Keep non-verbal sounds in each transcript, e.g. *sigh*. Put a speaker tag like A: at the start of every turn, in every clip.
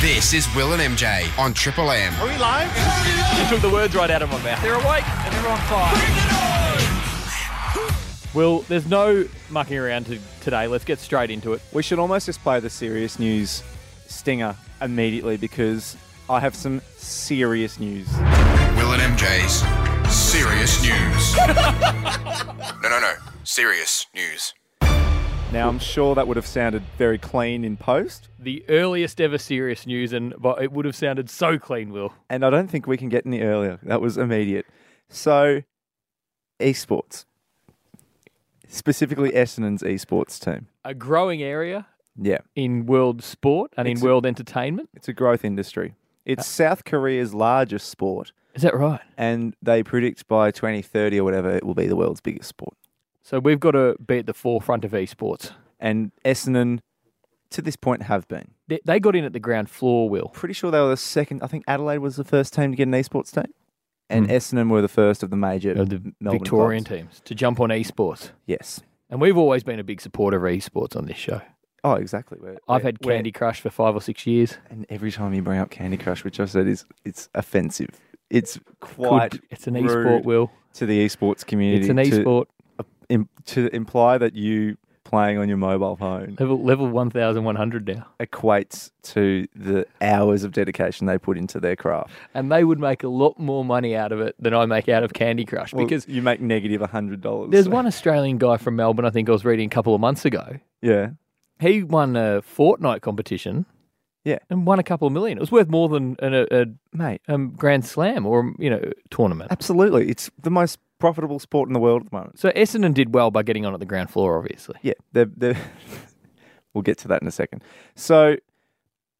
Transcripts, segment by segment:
A: This is Will and MJ on Triple M.
B: Are we live? You took the words right out of my mouth.
C: They're awake and they're on fire.
B: Well, there's no mucking around to today. Let's get straight into it.
D: We should almost just play the serious news stinger immediately because I have some serious news.
A: Will and MJ's serious news. *laughs* no, no, no. Serious news.
D: Now, I'm sure that would have sounded very clean in post,
B: The earliest ever serious news, and but it would have sounded so clean, Will.
D: and I don't think we can get any earlier. That was immediate. So, esports, specifically Essendon's esports team.
B: A growing area
D: Yeah,
B: in world sport and
D: It's-
B: in world entertainment.
D: it's a growth industry. It's South Korea's largest sport,
B: Is that right?
D: and they predict by 2030 or whatever it will be the world's biggest sport.
B: So we've got to be at the forefront of esports.
D: And Essendon, to this point, have been.
B: They, they got in at the ground floor, Will.
D: pretty sure they were the second. I think Adelaide was the first team to get an esports team, and Essendon were the first of the major
B: Hmm. Of the
D: Melbourne
B: Victorian
D: clubs.
B: teams to jump on esports.
D: Yes.
B: And we've always been a big supporter of esports on this show.
D: Oh, exactly. We're-
B: I've
D: we're-
B: had
D: we're-
B: Candy Crush for five or six years.
D: and every time you bring up Candy Crush, which I said is it's offensive. It's quite.
B: Could- it's an
D: rude
B: esport, Will.
D: to the esports community.
B: It's an
D: to,
B: esport.
D: im- to imply that you playing on your
B: *laughs*
D: mobile phone
B: Level level one thousand one hundred now,
D: equates to the hours of dedication they put into their craft.
B: and they would make a lot more money out of it than I make out of Candy Crush
D: Well,
B: because
D: you make negative hundred dollars.
B: there's one Australian guy from Melbourne. I think I was reading a couple of months ago.
D: Yeah.
B: He won a Fortnite competition,
D: Yeah.
B: and won a couple of million. It was worth more than an, a,
D: Mate,
B: a um, Grand Slam or you know tournament.
D: absolutely. It's the most profitable sport in the world at the moment.
B: So Essendon did well by getting on at the ground floor, obviously.
D: Yeah, they're, they're *laughs* we'll get to that in a second. So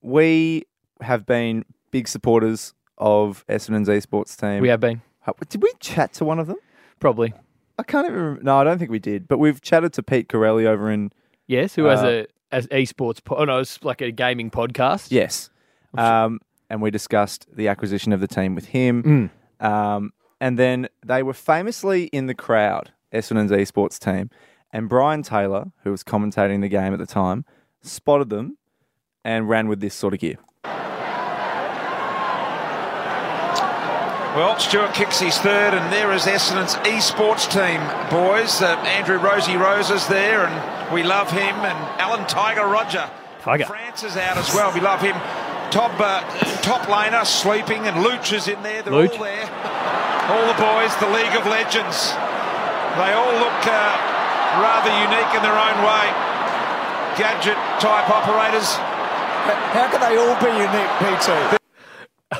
D: we have been big supporters of Essendon's esports team.
B: We have been
D: How- Did we chat to one of them?
B: probably
D: I can't even. Remember. No, I don't think we did. But we've chatted to Pete Corelli over in
B: yes. Who has
D: Uh,
B: a as esports? Po- oh no, it's like a gaming podcast.
D: yes, um, and we discussed the acquisition of the team with him. Um, and then they were famously in the crowd, Essendon's esports team, and Brian Taylor, who was commentating the game at the time, spotted them and ran with this sort of gear.
E: Well, Stewart kicks his third, and there is Essendon's esports team, boys. Uh, Andrew Rosie Rose is there, and we love him. And Alan Tiger Roger.
B: Tiger.
E: France is out as well. We love him. Top, uh, top laner sleeping, and Luch is in there. They're
B: Luch.
E: all there. All the boys, the League of Legends. They all look uh, rather unique in their own way. Gadget type operators.
F: How can they all be unique, PT?
B: *laughs*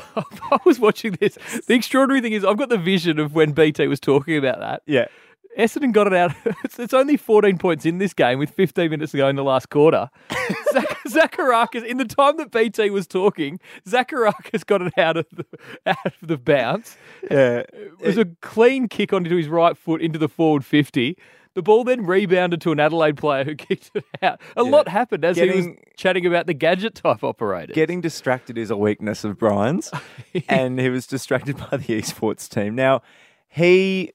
B: I was watching this. The extraordinary thing is, I've got the vision of when BT was talking about that.
D: Yeah.
B: Essendon got it out. *laughs* It's, it's only 14 points in this game with 15 minutes to go in the last
D: *laughs*
B: quarter. Zach, Zacharakis, in the time that BT was talking, Zacharakis got it out of the, out of the bounce.
D: Yeah.
B: It was a clean kick onto his right foot into the forward 50. The ball then rebounded to an Adelaide player who *laughs* kicked it out. A lot happened as he was
D: Getting-
B: chatting about the gadget type operator.
D: Getting distracted is a weakness
B: *laughs*
D: of Brian's, and he was distracted by the esports team. Now, he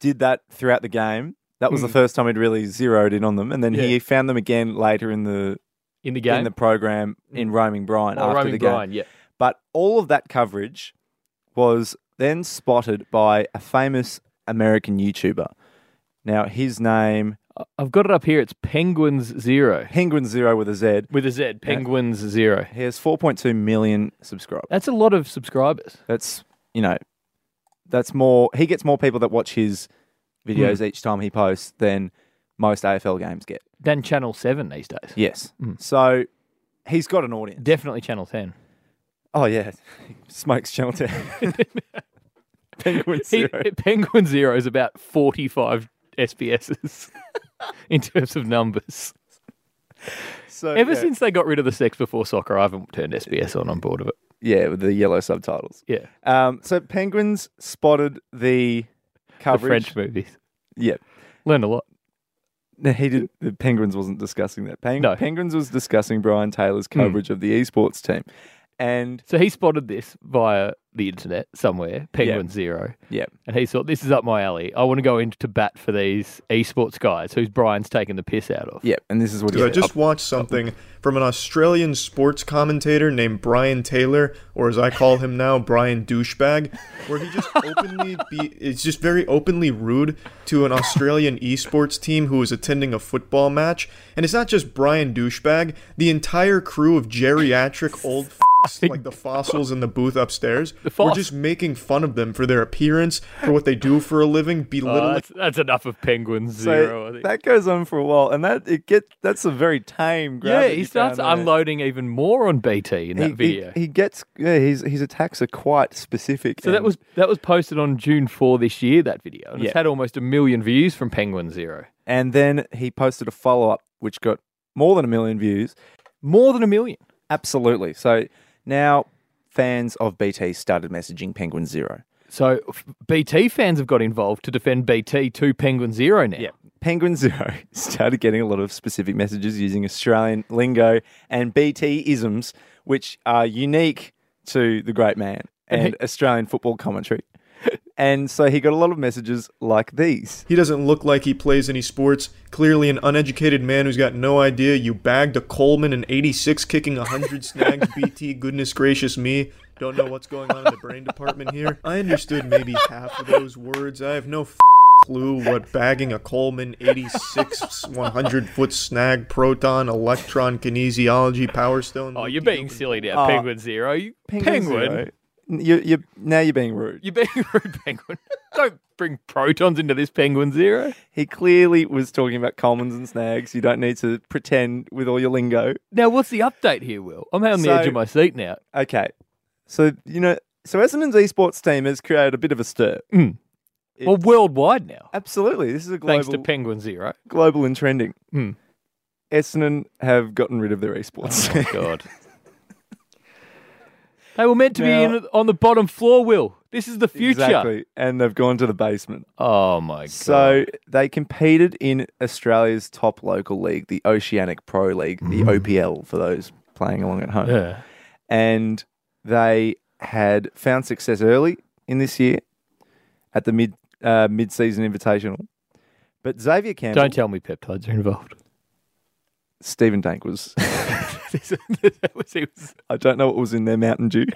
D: did that throughout the game. That was the first time he'd really zeroed in on them, and then he
B: Hmm. Yeah.
D: found them again later in the
B: in the game.
D: in the program in roaming Brian
B: oh,
D: after
B: Romy
D: the game.
B: Bryan, yeah.
D: But all of that coverage was then spotted by a famous American YouTuber. Now, his name
B: I've got it up here. It's Penguins Zero
D: Penguin Zero with a Z.
B: with a Z. Penguins Zero.
D: He has 4.2 million subscribers.
B: That's a lot of subscribers.
D: That's you know, that's more. He gets more people that watch his videos
B: Hmm.
D: each time he posts than most AFL games get.
B: Than Channel 7 these days.
D: Yes, so he's got an audience.
B: Definitely Channel 10.
D: Oh yeah, *laughs* smokes
B: *laughs*
D: Channel Ten. Penguin
B: He, *laughs*
D: Zero.
B: Penguin Zero is about 45 SPSs *laughs* in terms of numbers.
D: So,
B: Ever
D: yeah.
B: since they got rid of the sex before soccer, I haven't turned SBS on. I'm bored of it.
D: yeah, with the yellow subtitles.
B: Yeah.
D: Um, so penguins spotted
B: The
D: the coverage.
B: French movies.
D: Yeah.
B: Learned a lot.
D: No, he did. The Penguins wasn't discussing that. Peng-
B: No. Hmm.
D: Penguins was discussing Brian Taylor's coverage of the esports team, and
B: So he spotted this via the internet somewhere, Penguin Zero.
D: Yeah.
B: And he thought, this is up my alley. I want to go into bat for these esports guys who's Brian's taking the piss out of.
D: Yeah. And this is what he
G: Dude, I
D: said.
G: just watched something from an Australian sports commentator named Brian Taylor, or as I call him now, Brian Douchebag, where
B: *laughs*
G: he just openly be it's just very openly rude to an Australian esports team who was attending a football match. And it's not just Brian Douchebag, the entire crew
B: *laughs*
G: of geriatric old f***s, like the fossils in the booth upstairs were
B: foss.
G: just making fun of them for their appearance, for what they do for a living,
B: Uh,
G: belittling
B: that's, that's enough of Penguin
D: So
B: Zero, I think.
D: that goes on for a while, and that it get that's a very tame grab.
B: Yeah,
D: that
B: he
D: you
B: starts
D: found there.
B: unloading even more on BT in that
D: he,
B: video.
D: He, he gets yeah, his his attacks are quite specific.
B: so that
D: and-
B: was that was posted on June 4 this year, that video. And
D: Yeah.
B: it's had almost a million views from Penguin Zero.
D: and then he posted a follow up which got more than a million views.
B: More than a million.
D: Absolutely. So now fans of BT started messaging Penguin Zero.
B: So f- BT fans have got involved to defend BT to Penguin Zero now.
D: Penguin Zero *laughs* started getting a lot of specific messages using Australian lingo and BT isms, which are unique to the great man and Australian football commentary. And so he got a lot of messages like these.
G: He doesn't look like he plays any sports. Clearly, an uneducated man who's got no idea. You bagged a Coleman in '86, kicking a hundred snags.
B: *laughs*
G: BT, goodness gracious me, don't know what's going on in the brain department here. I understood maybe half of those words. I have no f- clue what bagging a Coleman '86 100-foot snag, proton, electron, kinesiology, power stone.
B: Oh, you're being silly now, Penguin Zero. You, Penguin.
D: Zero. You, you, now you're being rude.
B: You're being *laughs* rude, Penguin. Don't bring protons into this Penguin Zero.
D: He clearly was talking about Colemans and snags. You don't need to pretend with all your lingo.
B: Now, what's the update here, Will? I'm out on the
D: So-
B: edge of my seat now.
D: Okay. So, you know, so Essendon's esports team has created a bit of a stir.
B: Mm. well, worldwide now,
D: Absolutely. This is a global
B: thanks to Penguin Zero.
D: global and trending.
B: Hmm.
D: Essendon have gotten rid of their esports.
B: Oh
D: *laughs*
B: God. they were meant to
D: Now-
B: be in, on the bottom floor, Will. This is the future.
D: exactly. And they've gone to the basement.
B: Oh, my God.
D: So they competed in Australia's top local league, the Oceanic Pro League, the OPL for those playing along at home.
B: Hmm. Yeah.
D: And they had found success early in this year at the mid uh, mid season invitational. But Xavier Campbell,
B: Don't tell me peptides are involved. *laughs*
D: Stephen Dank was. *laughs*
B: That was- he was- *laughs*
D: I don't know what was in their Mountain Dew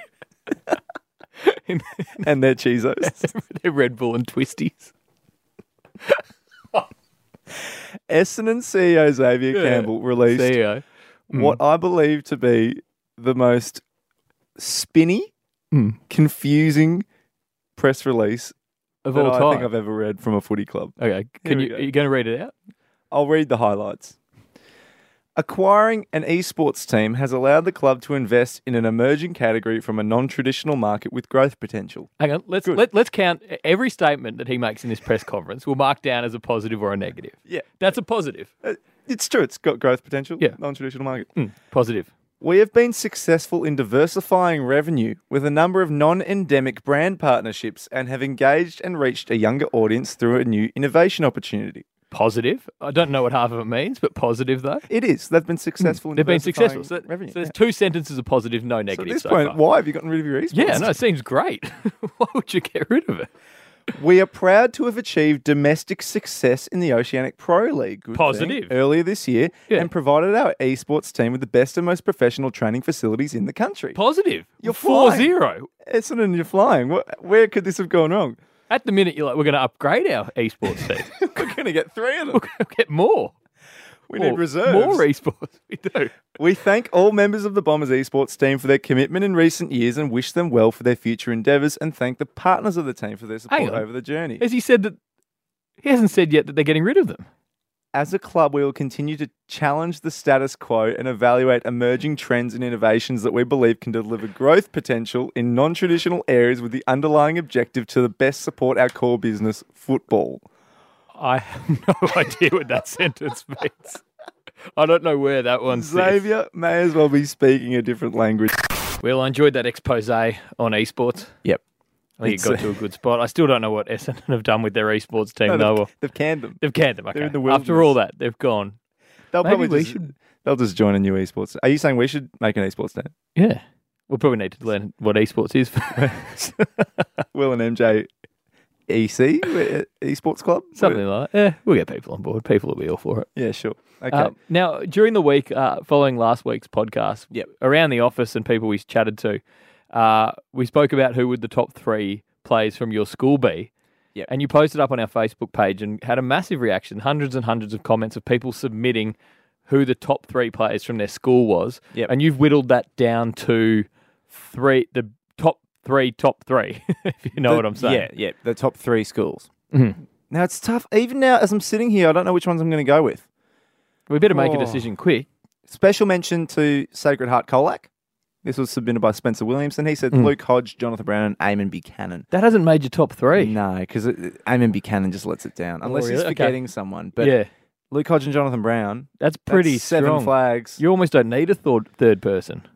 D: *laughs* and their Cheezos.
B: they're Red Bull and Twisties.
D: Essendon CEO E Xavier
B: Yeah. E
D: Campbell released
B: CEO. Mm.
D: what I believe to be the most spinny,
B: Mm.
D: confusing press release
B: Of
D: that
B: all
D: I
B: time.
D: think I've ever read from a footy club.
B: Okay, can
D: we
B: you
D: go.
B: are you going to read it out?
D: I'll read the highlights. Acquiring an esports team has allowed the club to invest in an emerging category from a non traditional market with growth potential.
B: Hang on, let's let, let's count e, every statement that he makes in this press conference. We'll mark down as a positive or a negative.
D: Yeah.
B: that's a positive.
D: Uh, It's true, it's got growth potential,
B: Yeah.
D: non traditional market.
B: Positive.
D: We have been successful in diversifying revenue with a number of non endemic brand partnerships and have engaged and reached a younger audience through a new innovation opportunity.
B: Positive. I don't know what half of it means, but positive though.
D: It is. They've been successful
B: Hmm.
D: in
B: They've been
D: diversifying
B: successful. So, that-
D: revenue.
B: so there's
D: Yeah.
B: two sentences of positive, no
D: So at
B: negative.
D: this
B: so
D: point,
B: far.
D: why have you gotten rid of your esports?
B: Yeah, no, it seems great. *laughs* Why would you get rid of it?
D: We are proud to have achieved domestic success in the Oceanic Pro League. good thing,
B: Positive.
D: earlier this year
B: Yeah.
D: and provided our esports team with the best and most professional training facilities in the country.
B: Positive.
D: You're
B: four
D: flying.
B: zero.
D: Essendon, you're flying. What, where could this have gone wrong? *laughs*
B: At the minute, you're like, we're going to upgrade our esports *laughs* team.
D: We're going to get three of them.
B: We'll get more.
D: We
B: more,
D: need reserves.
B: More esports. *laughs* We do.
D: We thank all members of the Bombers esports team for their commitment in recent years and wish them well for their future endeavours and thank the partners of the team for their
B: Hang
D: support
B: on.
D: over the journey.
B: As he said that he hasn't said yet that they're getting rid of them.
D: As a club, we will continue to challenge the status quo and evaluate emerging trends and innovations that we believe can deliver growth potential in non traditional areas with the underlying objective to the best support our core business, football.
B: I have *laughs* no idea what that sentence means. I don't know where that one says.
D: Xavier may as well be speaking a different language.
B: Well, I enjoyed that expose on esports.
D: Yep.
B: I think
D: It's,
B: it got
D: uh,
B: to *laughs* a good spot. I still don't know what Essendon have done with their esports team, though.
D: they've,
B: Well,
D: they've canned them.
B: They've canned them. Okay.
D: They're in the
B: After all that, they've gone.
D: They'll
B: Maybe
D: probably
B: we
D: just,
B: should-
D: They'll just join a new esports. Are you saying we should make an esports team?
B: Yeah. We'll probably need to learn what esports *laughs* is first.
D: Will and MJ EC uh, Esports Club.
B: *laughs* Something like that. Yeah, we'll get people on board. People will be all for it.
D: Yeah, sure. Okay.
B: Uh, now, during the week uh, following last week's podcast,
D: Yep.
B: around the office and people we chatted to, uh, we spoke about who would the top three plays from your school be.
D: Yep.
B: And you posted up on our Facebook page and had a massive reaction, hundreds and hundreds of comments of people submitting who the top three players from their school was.
D: Yep.
B: And you've whittled that down to three, the top three, top three, *laughs* if you know
D: The-
B: what I'm saying. Mm-hmm.
D: Yeah, yeah. The top three schools. Now it's tough. Even now, as I'm sitting here, I don't know which ones I'm going to go with.
B: We better make a
D: Oh.
B: decision quick.
D: Special mention to Sacred Heart Colac. This was submitted by Spencer Williamson. He
B: Mm.
D: said Luke Hodge, Jonathan Brown, and Eamon Buchanan.
B: That hasn't made your top three.
D: No, because Eamon Buchanan just lets it down, unless
B: Oh, really?
D: he's
B: Okay.
D: forgetting someone. But
B: yeah,
D: Luke Hodge and Jonathan Brown,
B: that's
D: that's
B: pretty
D: seven
B: strong.
D: flags.
B: You almost don't need a third third person.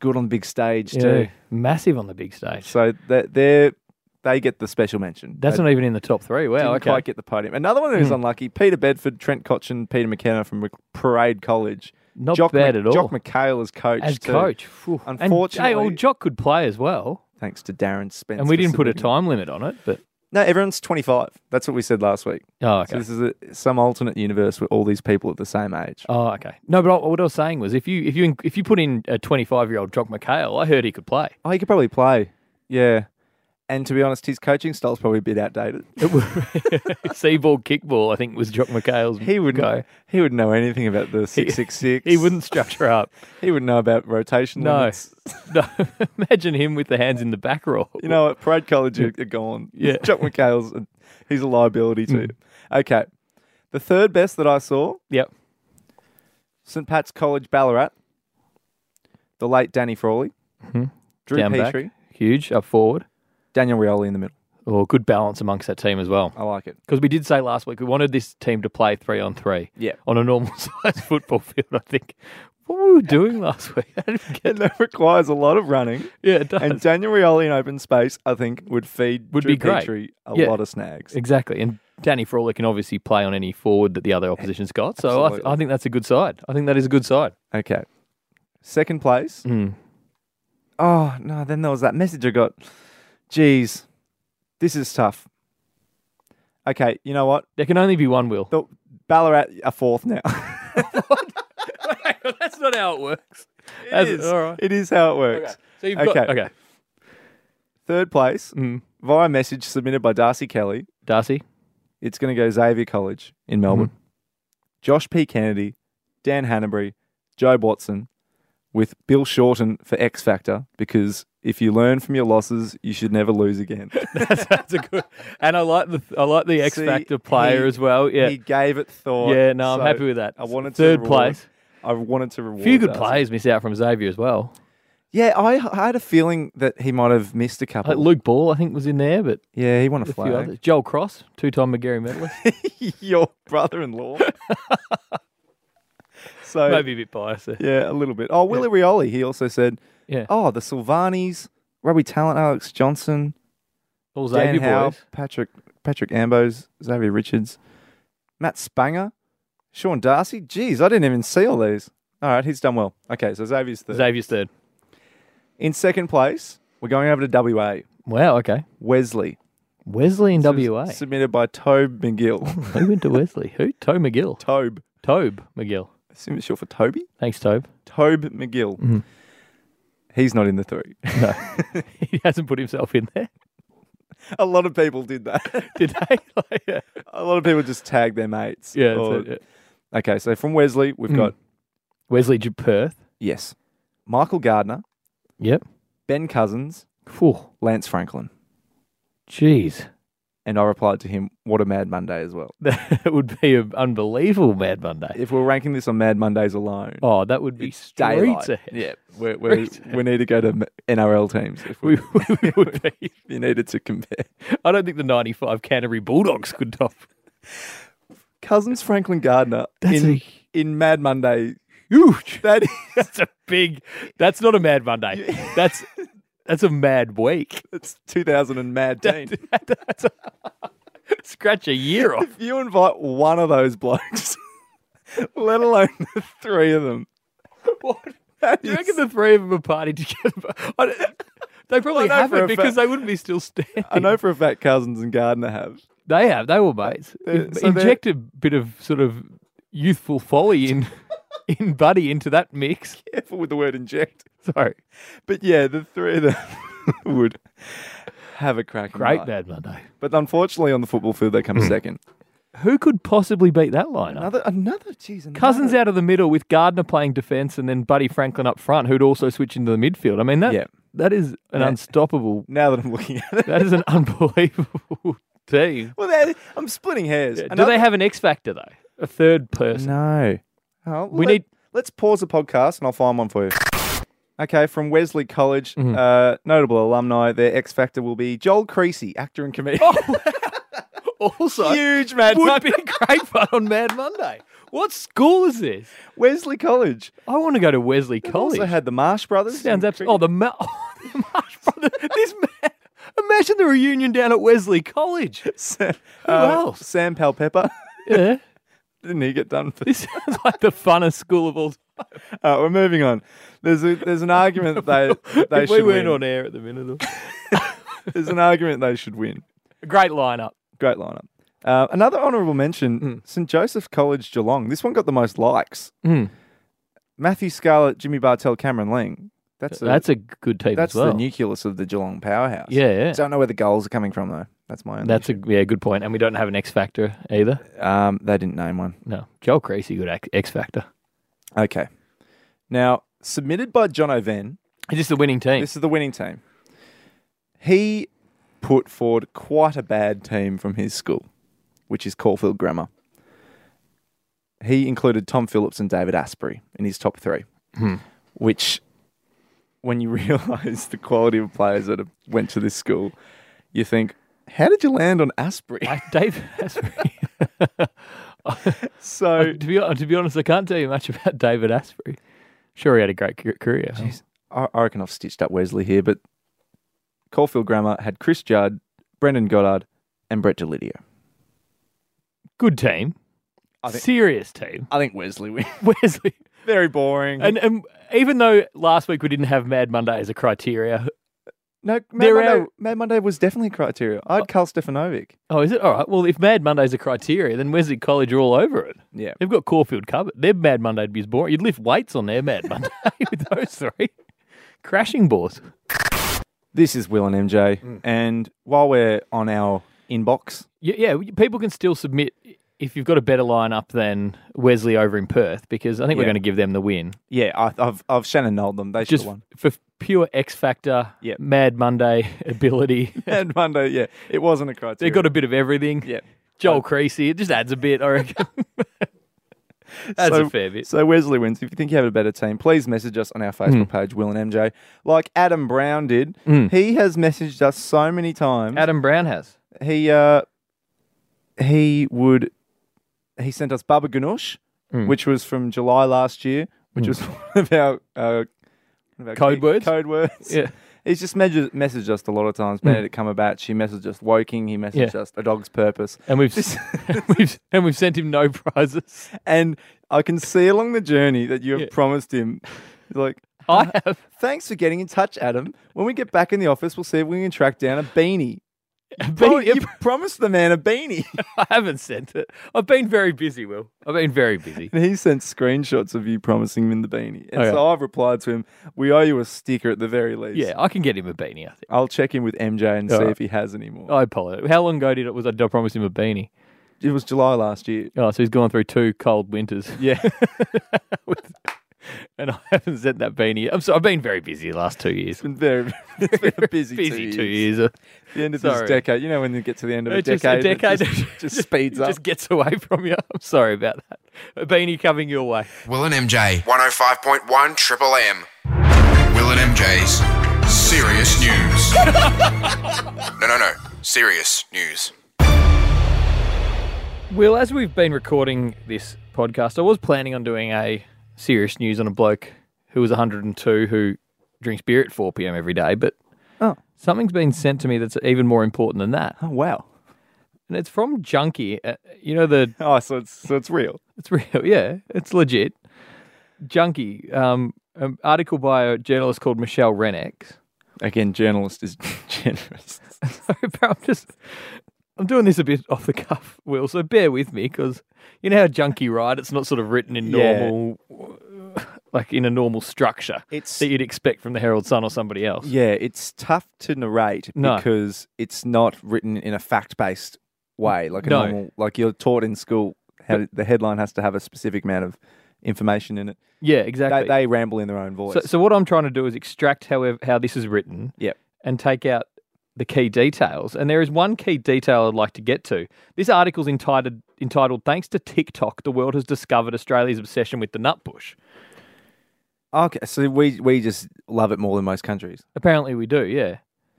D: Good on the big stage too.
B: massive on the big stage.
D: So that they they get the special mention.
B: That's
D: They
B: not even in the top three. Wow,
D: didn't
B: okay.
D: quite get the podium. Another one who's
B: Hmm.
D: unlucky: Peter Bedford, Trent Cochin, Peter McKenna from Mc- Parade College.
B: Not
D: Jock
B: bad
D: Mc-
B: at all.
D: Jock McHale as coach.
B: As
D: too.
B: coach, phew. and, hey,
D: Unfortunately-
B: old Jock could play as well,
D: thanks to Darren Spence.
B: and we didn't put a
D: specifically.
B: time limit on it. But
D: No, everyone's twenty-five. That's what we said last week.
B: oh,
D: So
B: okay.
D: this is a, some alternate universe where all these people are the same age.
B: Oh, okay. No, but I- what I was saying was, if you if you if you put in a 25 year old Jock McHale, I heard he could
D: *laughs*
B: play.
D: Oh, he could probably play. Yeah. And to be honest, his coaching style's probably a bit outdated.
B: *laughs* Seaball kickball, I think, was Jock McHale's.
D: He would
B: go.
D: know. He would know anything about the six six six.
B: He wouldn't structure up.
D: He wouldn't know about rotation.
B: No,
D: limits.
B: *laughs* no. Imagine him with the hands in the back row.
D: You know what? Parade College are, are gone.
B: Yeah.
D: *laughs* Chuck McHale's, a- he's a liability too. Okay. The third best that I saw,
B: Yep.
D: St. Pat's College Ballarat, the late Danny Frawley, Mm-hmm. Drew
B: Down back.
D: Petrie,
B: Huge up forward.
D: Daniel Rioli in the middle.
B: Or good balance amongst that team as well.
D: I like it.
B: Because we did say last week we wanted this team to play three on three.
D: Yeah.
B: On a normal *laughs* sized football field, I think. What were we doing last week? *laughs* I didn't get-
D: And that requires a lot of running.
B: yeah, it does.
D: And Daniel Rioli in open space, I think, would feed
B: Would
D: Drew
B: be great.
D: Petrie a
B: Yeah.
D: lot of snags.
B: exactly. And Danny Frawley can obviously play on any forward that the other opposition's got. So I, th-
D: Absolutely.
B: I think that's a good side. I think that is a good side.
D: Okay. Second place.
B: Hmm.
D: Oh, no. Then there was that message I got. Geez, this is tough. Okay, you know what?
B: There can only be one will.
D: The Ballarat are fourth now.
B: *laughs* that's not how it works.
D: *laughs*
B: It
D: It is-
B: All right.
D: It is how it works.
B: Okay. So you've
D: Okay.
B: got. Okay.
D: Third place,
B: Hmm.
D: via message submitted by Darcy Kelly,
B: Darcy.
D: it's going to go Xavier College in Melbourne.
B: Hmm.
D: Josh P. Kennedy, Dan Hanbury, Joe Watson, with Bill Shorten for X Factor, because if you learn from your losses, you should never lose again.
B: That's a good. And I like the I like the X
D: See,
B: Factor player
D: he-
B: as well. Yeah.
D: He gave it thought.
B: Yeah, no, I'm
D: so
B: happy with that.
D: I wanted to
B: Third
D: reward-
B: place.
D: I wanted to reward.
B: few good
D: Darcy.
B: players miss out from Xavier as well.
D: Yeah, I, I had a feeling that he might have missed a couple.
B: Like Luke Ball, I think, was in there, but
D: yeah, he won a
B: a few
D: flag.
B: others. Joel Cross, two-time McGarry medalist,
D: *laughs* your brother-in-law.
B: *laughs*
D: so
B: maybe a bit biased. There.
D: yeah, a little bit. Oh, Willie Rioli. He also said,
B: Yeah,
D: "Oh, the Sylvanis, Robbie Talent, Alex Johnson,
B: all
D: Dan
B: Xavier
D: Howe,
B: boys.
D: Patrick Patrick Ambos, Xavier Richards, Matt Spanger, Sean Darcy. Jeez, I didn't even see all these. All right, he's done well. Okay, so Xavier's third.
B: Xavier's third.
D: In second place, we're going over to WA.
B: Wow. Okay.
D: Wesley,
B: Wesley in
D: This was
B: WA.
D: submitted by Tobe
B: *laughs*
D: McGill.
B: Who
D: *laughs*
B: went to Wesley? Who? Toe McGill.
D: Tobe,
B: Tobe McGill.
D: I assume it's short for Toby.
B: Thanks, Tobe. *laughs*
D: Tobe McGill.
B: Mm-hmm.
D: He's not in the three. *laughs*
B: He hasn't put himself in there, *laughs*
D: a lot of people did that.
B: did they? *laughs* Like, yeah.
D: a lot of people just tagged their mates.
B: Yeah, that's
D: Or-
B: it, yeah. Mm.
D: Okay, so from Wesley, we've got
B: Wesley J- Perth.
D: yes, Michael Gardner,
B: Yep.
D: Ben Cousins,
B: Phew.
D: Lance Franklin,
B: Jeez.
D: and I replied to him, "What a Mad Monday!" as well.
B: That *laughs* would be an unbelievable Mad Monday.
D: If we're ranking this on Mad Mondays alone,
B: Oh, that would be
D: daylight.
B: streets ahead.
D: Yeah, we're, we're, we need to go to m- NRL teams if
B: *laughs* We,
D: we,
B: we would be.
D: you needed to compare.
B: I don't think the 95 Canterbury Bulldogs could
D: *laughs*
B: top.
D: Cousins, Franklin, Gardner
B: That's
D: in
B: a-
D: in Mad Monday.
B: Huge.
D: That is
B: That's a big. That's not a Mad Monday. That's that's a mad
D: *laughs*
B: week.
D: it's 2000 and Mad Teen.
B: That's a, scratch a year off.
D: If you invite *laughs* one of those blokes, let alone the three of them,
B: What? Do you reckon the three of them are party together? *laughs* I don't- they probably
D: know for
B: haven't
D: a fact-
B: because they wouldn't be still standing.
D: I know for a fact Cousins and Gardner have.
B: They have. They were mates.
D: They're-
B: In-
D: so they're-
B: Inject a bit of sort of youthful folly
D: *laughs*
B: in in Buddy into that mix.
D: Careful with the word inject.
B: Sorry.
D: But yeah, the three of them *laughs* would have a crack.
B: Great Hmm.
D: night.
B: Bad Monday.
D: But unfortunately, on the football field, they come second.
B: Who could possibly beat that lineup?
D: Another, another, geez, another.
B: Cousins out of the middle with Gardner playing defence and then Buddy Franklin up front, who'd also switch into the midfield. I mean, that
D: Yeah.
B: that is an
D: Yeah.
B: unstoppable.
D: Now that I'm looking at it, *laughs*
B: That is an unbelievable team.
D: well, that, I'm splitting hairs.
B: Do
D: Another-
B: they have an X factor though? A third person.
D: *laughs* No. Oh, well,
B: We
D: let-
B: need-
D: Let's pause the podcast and I'll find one for you. Okay, from Wesley College,
B: Mm-hmm.
D: uh, notable alumni. Their X Factor will be Joel Creasy, actor and comedian.
B: Oh! Also,
D: Huge man.
B: would be great fun on Mad Monday. What school is this?
D: *laughs* Wesley College.
B: I want to go to Wesley
D: They've
B: College.
D: Also had the Marsh Brothers.
B: Sounds absolutely. Oh, the, Ma- *laughs* oh, the Marsh Brothers. This man. Imagine the reunion down at Wesley College. *laughs*
D: Sam,
B: else?
D: Uh, Sam Palpepper. *laughs*
B: Yeah.
D: Didn't he get done for?
B: This sounds like the funnest school of all time.
D: Uh, we're moving on. There's a, there's
B: *laughs*
D: an argument they *laughs* they
B: If
D: should
B: we weren't
D: win.
B: on air at the minute.
D: There's an argument they should win.
B: Great lineup.
D: Great lineup. Uh, another honourable mention:
B: Hmm.
D: St Joseph College, Geelong. This one got the most likes.
B: Hmm.
D: Matthew Scarlett, Jimmy Bartell, Cameron Ling. That's a,
B: That's a good team
D: that's
B: as well.
D: the nucleus of the Geelong powerhouse.
B: Yeah, yeah.
D: Don't know where the goals are coming from though. That's my own.
B: that's a yeah, good point. And we don't have an X factor either.
D: um, they didn't name one.
B: No, Joel Creasy good X- X factor.
D: Okay. Now submitted by John O'Ven.
B: Is this the winning team? *laughs*
D: This is the winning team. He put forward quite a bad team from his school, which is Caulfield Grammar. He included Tom Phillips and David Asprey in his top three, which, when you *laughs* realise the quality of players that have went to this school, you think, how did you land on Asprey?
B: I, Dave Asprey.
D: *laughs*
B: *laughs*
D: so,
B: to be hon- to be honest, I can't tell you much about David Asprey. Sure, he had a great ca- career.
D: I I reckon I've stitched up Wesley here, but Caulfield Grammar had Chris Judd, Brendan Goddard, and Brett Delidio.
B: Good team.
D: think-
B: Serious team. *laughs*
D: I think Wesley wins. *laughs*
B: Wesley.
D: Very boring.
B: And, and even though last week we didn't have Mad Monday as a criteria,
D: No, Mad
B: They're
D: Monday,
B: out.
D: Mad Monday was definitely a criteria. I had Carl Stefanovic.
B: oh, is it? All right. Well, if Mad Monday's a criteria, then Wesley College are all over it.
D: Yeah.
B: They've got Caulfield covered. Their Mad Monday'd be as boring. You'd lift weights on their Mad Monday *laughs* with those three. Crashing balls.
D: This is Will and MJ.
B: Mm.
D: And while we're on our inbox,
B: Y- Yeah, we- people can still submit if you've got a better lineup than Wesley over in Perth because I think we're
D: Yeah.
B: going to give them the win.
D: yeah, I, I've I've Shannon Nolled them. They should
B: Just
D: have won. *laughs*
B: for pure X factor,
D: Yep.
B: Mad Monday *laughs* ability.
D: Mad Monday, yeah, it wasn't a criteria.
B: They've got a bit of everything.
D: *laughs* yeah.
B: Joel Creasy, it just adds a bit, I reckon. *laughs* That's
D: so,
B: a fair bit.
D: So Wesley wins. If you think you have a better team, please message us on our
B: Mm.
D: Facebook page, Will and MJ, like Adam Brown did. He has messaged us so many times.
B: Adam Brown has.
D: he uh he would he sent us Baba Ganoush,
B: Hmm.
D: which was from July last year, which was *laughs* one of our, uh, one of our
B: Code
D: key-
B: words?
D: Code words.
B: Yeah.
D: *laughs*
B: Hmm.
D: He's just messaged, messaged us a lot of times. Benedict Cumberbatch, he messaged us Woking, he messaged
B: Yeah.
D: us A Dog's Purpose.
B: And we've, we've *laughs* and we've sent him no prizes.
D: *laughs* And I can see along the journey that you have
B: Yeah.
D: promised him, like,
B: I have
D: thanks for getting in touch, Adam. When we get back in the office, we'll see if we can track down a beanie. Oh,
B: been,
D: you promised the man a beanie.
B: *laughs* I haven't sent it. I've been very busy, Will. I've been very
D: *laughs*
B: busy.
D: And he sent screenshots of you promising him the beanie. And
B: Okay.
D: so I've replied to him, we owe you a sticker at the very least.
B: Yeah, I can get him a beanie, I think.
D: I'll check in with MJ and see
B: Alright.
D: if he has any more.
B: I apologize. How long ago did it was I, I promised him a beanie?
D: It was July last year.
B: *laughs*
D: *laughs*
B: Oh, so he's gone through two cold winters.
D: Yeah.
B: *laughs* With- and I haven't sent that beanie. I'm sorry, I've been very busy the last two years.
D: It's been very
B: *laughs*
D: it's been a busy,
B: Busy
D: two,
B: two
D: years.
B: years.
D: The end of
B: Sorry.
D: this decade. You know when you get to the end of a
B: It's
D: decade,
B: just a decade
D: it just, *laughs* just speeds
B: It *laughs*
D: up.
B: Just gets away from you. I'm sorry about that. A beanie coming your way.
A: Will and MJ. 105.1 Triple M. Will and MJ's Serious News. no, no, no. Serious News.
B: Will, as we've been recording this podcast, I was planning on doing a serious news on a bloke who was 102 who drinks beer at 4 p.m. every day, but
D: Oh.
B: something's been sent to me that's even more important than that.
D: oh, wow.
B: And it's from Junkie. Uh, you know, the *laughs*
D: Oh, so it's so it's real.
B: It's real, yeah. It's legit. Junkie, um, an article by a journalist called Michelle Rennex.
D: Again, journalist is *laughs* generous.
B: *laughs* I'm just, I'm doing this a bit off the cuff, Will. So bear with me because you know how junkie ride. It's not sort of written in
D: Yeah.
B: normal, like in a normal structure
D: It's-
B: that you'd expect from the Herald Sun or somebody else.
D: Yeah, it's tough to narrate
B: No.
D: because it's not written in a fact-based way, like a
B: No.
D: normal, like you're taught in school. How the headline has to have a specific amount of information in it.
B: Yeah,
D: They,
B: exactly.
D: they ramble in their own voice.
B: so, so what I'm trying to do is extract however how this is written.
D: Yep.
B: and take out the key details. And there is one key detail I'd like to get to. This article's entitled entitled Thanks to TikTok, the world has discovered Australia's obsession with the nut bush.
D: okay, so we we just love it more than most countries.
B: Apparently we do, yeah.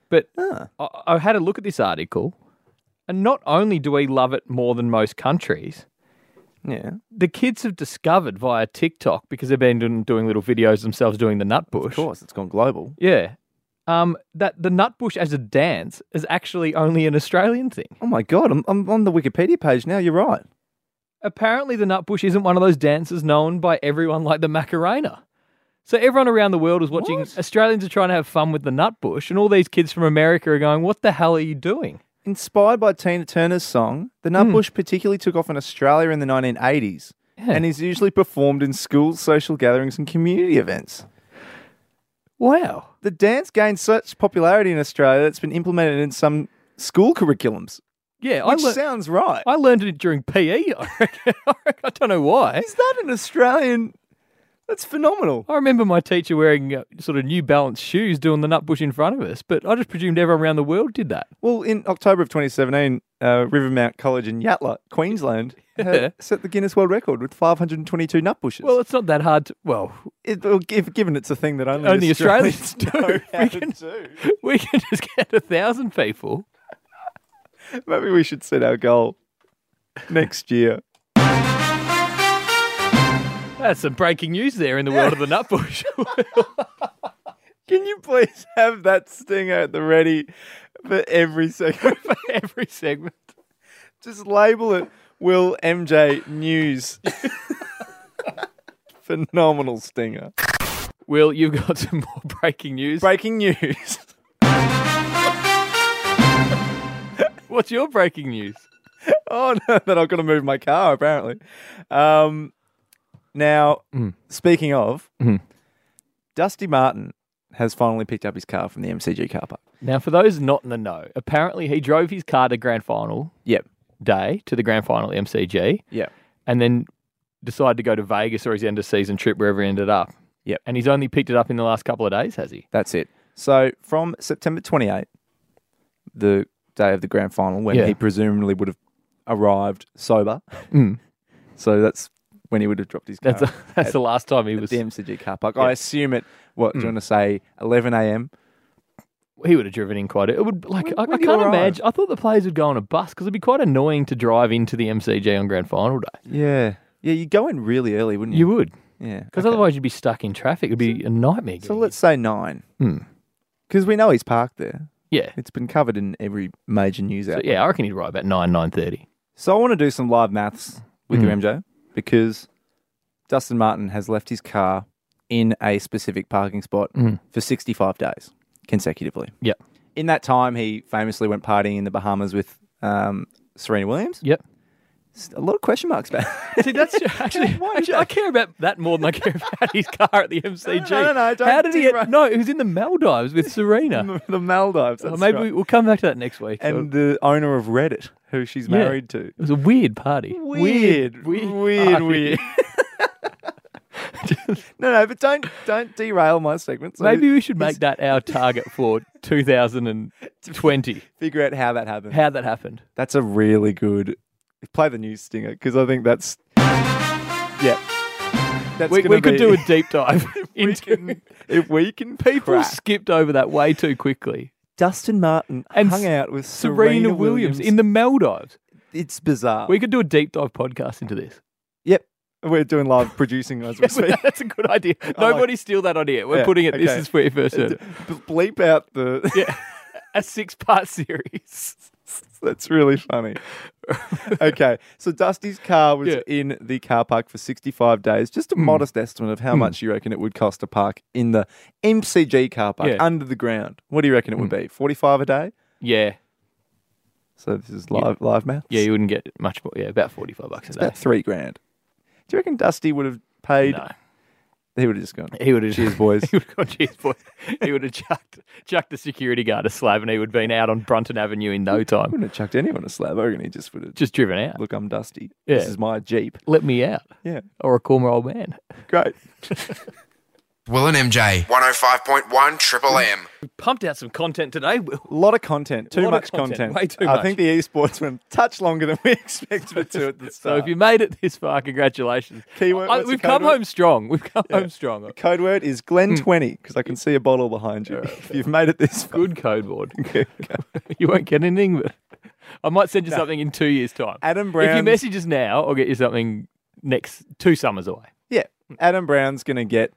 B: But
D: Ah,
B: I, I had a look at this article, and not only do we love it more than most countries,
D: Yeah,
B: the kids have discovered via TikTok because they've been doing, doing little videos themselves doing the nut bush.
D: of course, it's gone global.
B: Yeah. Um, that the nut bush as a dance is actually only an Australian thing.
D: Oh my god, I'm, I'm on the Wikipedia page now. You're right.
B: apparently the nutbush isn't one of those dances known by everyone like the Macarena. So everyone around the world is watching. Australians are trying to have fun with the nutbush, and all these kids from America are going, "What the hell are you doing?"
D: Inspired by Tina Turner's song, the Nutbush particularly took off in Australia in the 1980s and is usually performed in schools, social gatherings, and community events.
B: Wow.
D: The dance gained such popularity in Australia that it's been implemented in some school curriculums,
B: Yeah, I,
D: which
B: lear-
D: sounds right.
B: I learned it during PE. *laughs* I, reckon. I don't know why.
D: Is that an Australian? That's phenomenal.
B: I remember my teacher wearing uh, sort of New Balance shoes doing the nutbush in front of us, but I just presumed everyone around the world did that.
D: Well, in October of 2017, uh, Rivermount College in Yatla, *laughs* Queensland, had set the Guinness World Record with 522 nutbushes.
B: Well, it's not that hard. To, well,
D: it, well, give- given it's a thing that only,
B: Only
D: *laughs* Australians,
B: Australians do.
D: know how
B: *laughs* We can- we
D: to do.
B: can just get a thousand people.
D: Maybe we should set our goal next year.
B: That's some breaking news there in the world of the nutbush.
D: Can you please have that stinger at the ready for every
B: *laughs*
D: segment?
B: for every segment.
D: Just label it Will MJ News.
B: *laughs*
D: Phenomenal stinger.
B: Will, you've got some more breaking news.
D: Breaking news.
B: What's your breaking news?
D: Oh *laughs* no, then I've got to move my car apparently. Um, now, speaking of, Dusty Martin has finally picked up his car from the MCG car park.
B: Now, for those not in the know, apparently he drove his car to grand final
D: Yep.
B: day, to the grand final at MCG,
D: Yep.
B: and then decided to go to Vegas or his end of season trip wherever he ended up.
D: Yep.
B: And he's only picked it up in the last couple of days, has he?
D: That's it. So from September 28th, the day of the grand final, when
B: Yeah.
D: he presumably would have arrived sober. *laughs* So that's when he would have dropped his car.
B: That's, that's the last time he
D: at
B: was.
D: the MCG car park. I assume it. What do you want to say? 11 a.m.
B: He would have driven in quite. A, it would like I,
D: when
B: I
D: do you
B: can't
D: arrive?
B: imagine. I thought the players would go on a bus because it'd be quite annoying to drive into the MCG on grand final day.
D: Yeah, yeah. You go in really early, wouldn't
B: You
D: you?
B: would,
D: yeah.
B: because
D: okay.
B: otherwise you'd be stuck in traffic. It'd be a nightmare.
D: So
B: getting
D: let's say nine. Because we know he's parked there.
B: in. yeah,
D: It's been covered in every major news
B: So,
D: outlet.
B: yeah, I reckon he'd write about nine nine thirty.
D: So I want to do some live maths with you, MJ, because Dustin Martin has left his car in a specific parking spot for 65 days consecutively.
B: Yep.
D: In that time, he famously went partying in the Bahamas with um, Serena Williams.
B: Yep.
D: It's A lot of question marks about
B: *laughs* See, that's
D: *laughs*
B: actually,
D: Why
B: actually
D: not?
B: I care about that more than I care about his car at the MCG.
D: No, no, no, don't
B: How did he?
D: derate-
B: No, he was *laughs* in the Maldives with Serena.
D: the Maldives.
B: Oh,
D: that's
B: maybe
D: right.
B: we, we'll come back to that next week.
D: and the owner of Reddit, who she's
B: Yeah.
D: married to.
B: it was a weird party.
D: Weird,
B: weird,
D: weird,
B: party.
D: weird. *laughs* No, no, but don't don't derail my segment.
B: *laughs*
D: So
B: Maybe we should make that our target for 2020.
D: figure out how that happened.
B: How that happened.
D: That's a really good play the news stinger because I think that's yeah. That's
B: We,
D: gonna
B: we could
D: be-
B: do a deep dive
D: *laughs* we
B: into. *laughs*
D: can- if we can people.
B: People skipped over that way too quickly.
D: Dustin Martin
B: And
D: hung
B: S-
D: out with Serena,
B: Serena, Williams in the Maldives.
D: it's bizarre.
B: We could do a deep dive podcast into this.
D: yep, we're doing live producing
B: *laughs*
D: as we *laughs* speak.
B: That's a good idea. Nobody steal that idea. We're
D: Yeah,
B: putting it. This
D: okay. Uh,
B: is for your first
D: Bleep out the
B: A six part *laughs* series.
D: That's
B: *laughs*
D: really funny. okay, so Dusty's car was
B: Yeah. Hmm.
D: in the car park for 65 days. Just a modest estimate of how much you reckon it would cost to park in the MCG car park
B: Yeah. Hmm.
D: under the ground. What do you reckon it would be? 45 a day?
B: Yeah.
D: So this is live live maths.
B: Yeah, you wouldn't get much more. Yeah, about 45 bucks a day.
D: about three grand. Do you reckon Dusty would have paid?
B: No.
D: He would have just gone.
B: He would have
D: Cheers, boys.
B: *laughs* He would have gone, cheers, boy. He would have chucked, chucked the security guard a slab and he would have been out on Brunton Avenue in no time.
D: wouldn't have chucked anyone a slab. I reckon he just would have.
B: Just driven out.
D: Look, I'm Dusty. This
B: Yeah.
D: is my Jeep.
B: Let me out.
D: Yeah,
B: Or I'll call my old man.
D: great.
A: Will and MJ. 105.1 Triple M.
B: Pumped out some content today, Will.
D: A lot of content. Too
B: Lot of
D: much
B: content,
D: content.
B: way too
D: I
B: much.
D: think the esports went a touch longer than we *laughs* expected it to at
B: *laughs*
D: the
B: So
D: start.
B: if you made it this far, congratulations. I-
D: Keyword- what's the
B: we've come
D: keyword?
B: home strong. We've come home *laughs* strong.
D: Code word is
B: Hmm.
D: Glen twenty because I can see a bottle behind you. *laughs* If you've made it this far.
B: Good code word. *laughs* you won't get anything, but I might send you something in two years' time.
D: Adam
B: If you
D: Brown's-
B: message us now, I'll get you something next two summers away
D: Yeah, Adam Brown's gonna get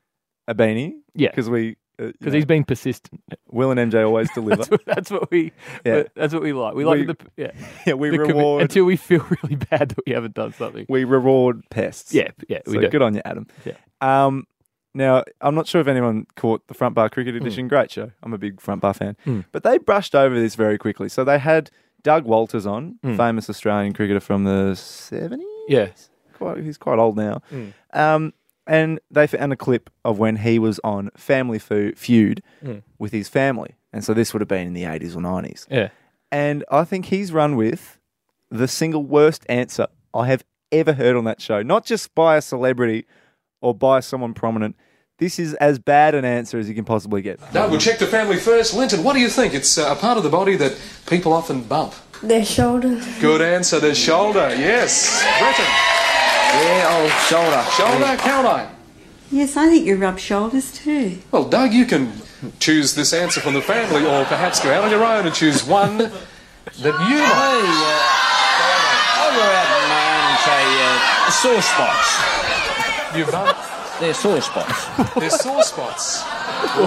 D: a beanie.
B: Yeah.
D: because we because
B: because he's been persistent. *laughs*
D: Will and MJ always deliver.
B: That's what, that's what we.
D: Yeah.
B: That's what we like. We like
D: We-
B: the yeah.
D: yeah, we
B: the commi-
D: reward
B: until we feel *laughs* really bad that we haven't done something.
D: we reward pests.
B: Yeah, yeah, we
D: so
B: do.
D: good on you, Adam.
B: Yeah.
D: Um, now I'm not sure if anyone caught the Front Bar
B: Hmm.
D: Cricket Edition. Great show. I'm a big Front Bar fan, but they brushed over this very quickly. So they had Doug Walters on,
B: Hmm.
D: famous Australian cricketer from the 70s.
B: Yeah.
D: Quite, he's quite old now.
B: Hmm.
D: Um, and they found a clip of when he was on Family Feu- Feud
B: Hmm.
D: with his family, and so this would have been in the 80s or 90s.
B: Yeah.
D: And I think he's run with the single worst answer I have ever heard on that show. Not just by a celebrity or by someone prominent. This is as bad an answer as you can possibly get.
H: Doug, we'll check the family first. Linton, what do you think? It's uh, a part of the body that people often bump.
I: Their shoulder.
H: Good answer, the shoulder, yes. Breton,
F: Yeah, old shoulder.
H: shoulder, Caroline.
I: Yes, I think you rub shoulders too.
H: Well, Doug, you can choose this answer from the family or perhaps go out on your own and choose one that you like.
F: Hey, uh, I'll go out and my own and say uh, sore spots.
H: You bump
F: They're sore spots.
H: their sore spots. Whoa.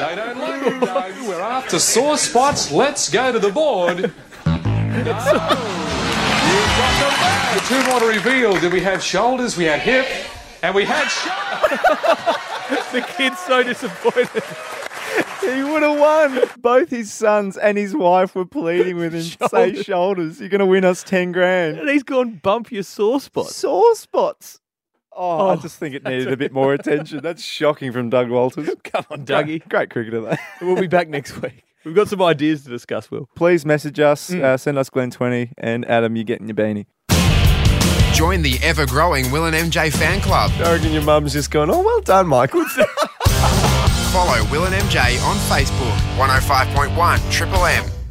H: They don't like it, Doug. We're after sore spots. Let's go to the *laughs* board. No. You've got them back. The two more to reveal. Did we have shoulders? We had hip. And we had shoulders.
B: *laughs* The kid's so disappointed.
D: He would have won. Both his sons and his wife were pleading with him. Say
B: Shoulders.
D: shoulders. You're going to win us 10 grand.
B: And *laughs* he's gone bump your sore spot.
D: Sore spots. Oh, I
B: Oh,
D: just think it needed a bit more attention. That's shocking from Doug Walters.
B: Come on, Dougie.
D: Great cricketer, though.
B: We'll be back next week. We've got some ideas to discuss, Will.
D: Please message us, uh, send us Glen20, and Adam, you're getting your beanie.
A: Join the ever growing Will and MJ fan club.
D: I reckon your mum's just going, oh, well done, Michael.
A: oh Follow Will and MJ on Facebook. 105.1 Triple M.